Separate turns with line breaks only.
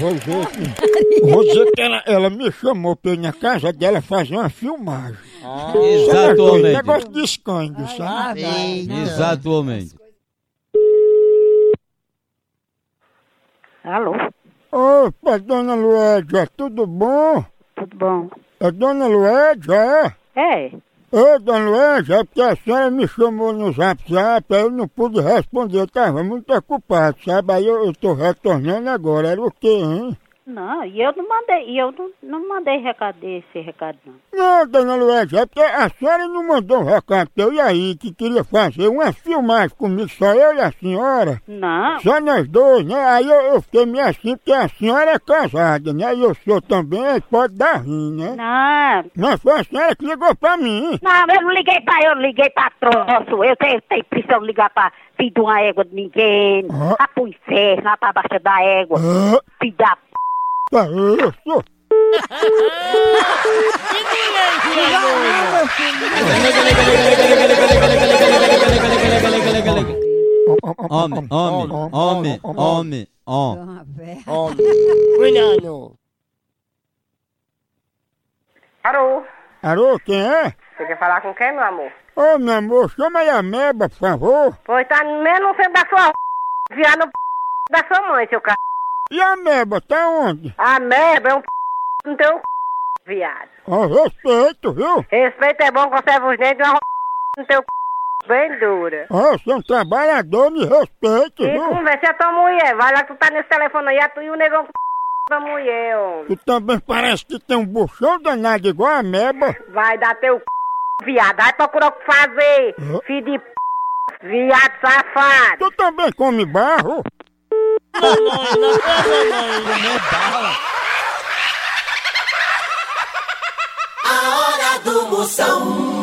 vou ver aqui. Vou dizer que é. ela, ela me chamou pra ir na casa dela fazer uma filmagem. Sabe as coisas?
Exatamente.
Negócio de escândalo, sabe?
Exatamente.
Alô,
Opa, dona Luédia, tudo bom?
tudo bom?
É dona Luédia, é?
É,
Ô, dona Luédia, é porque a senhora me chamou no zap zap, aí eu não pude responder, eu tava muito ocupado, sabe? Aí eu, eu tô retornando agora, era o quê, hein?
não, e eu não mandei, e eu não, não mandei recado esse recado não.
Não, dona Luédia, é porque a senhora não mandou um recado pra eu e aí, que queria fazer uma filmagem comigo, só eu e a senhora.
Não,
Só nós dois, né? Aí eu, eu fiquei meio assim, porque a senhora é casada, né? E o senhor também, aí pode dar rim, né?
não,
Mas foi a senhora que ligou pra mim.
não, eu não liguei pra eu, não liguei pra troço, eu tenho, tenho pressão de ligar pra filho de uma égua de ninguém,
Ah.
lá pro inferno, lá pra baixa da égua,
Ah,
filho da p...
tá isso.
Homem, homem, homem, homem, homem.
Cuidado.
Parou.
Alô, quem é?
Você quer falar com quem, meu amor?
Ô, meu amor, chama aí a Meba, por favor.
Pois tá menos sendo da sua viar no p... da sua mãe, seu c...
E a Meba, tá onde?
A merda é um p... no teu c... viado.
Ó, respeito, viu?
Respeito é bom, conserva os dentes, uma no teu um c... bem dura.
Ó, você é um trabalhador, me respeite,
E
viu?
conversa é tua mulher, vai lá que tu tá nesse telefone aí, a tu e o negão com p... da mulher, homem.
Tu também parece que tem um buchão danado igual a Meba.
Vai dar teu c... viado, vai procurar o que fazer,
Hã?
filho de p... viado safado.
Tu também come barro.
é
A hora do Moção.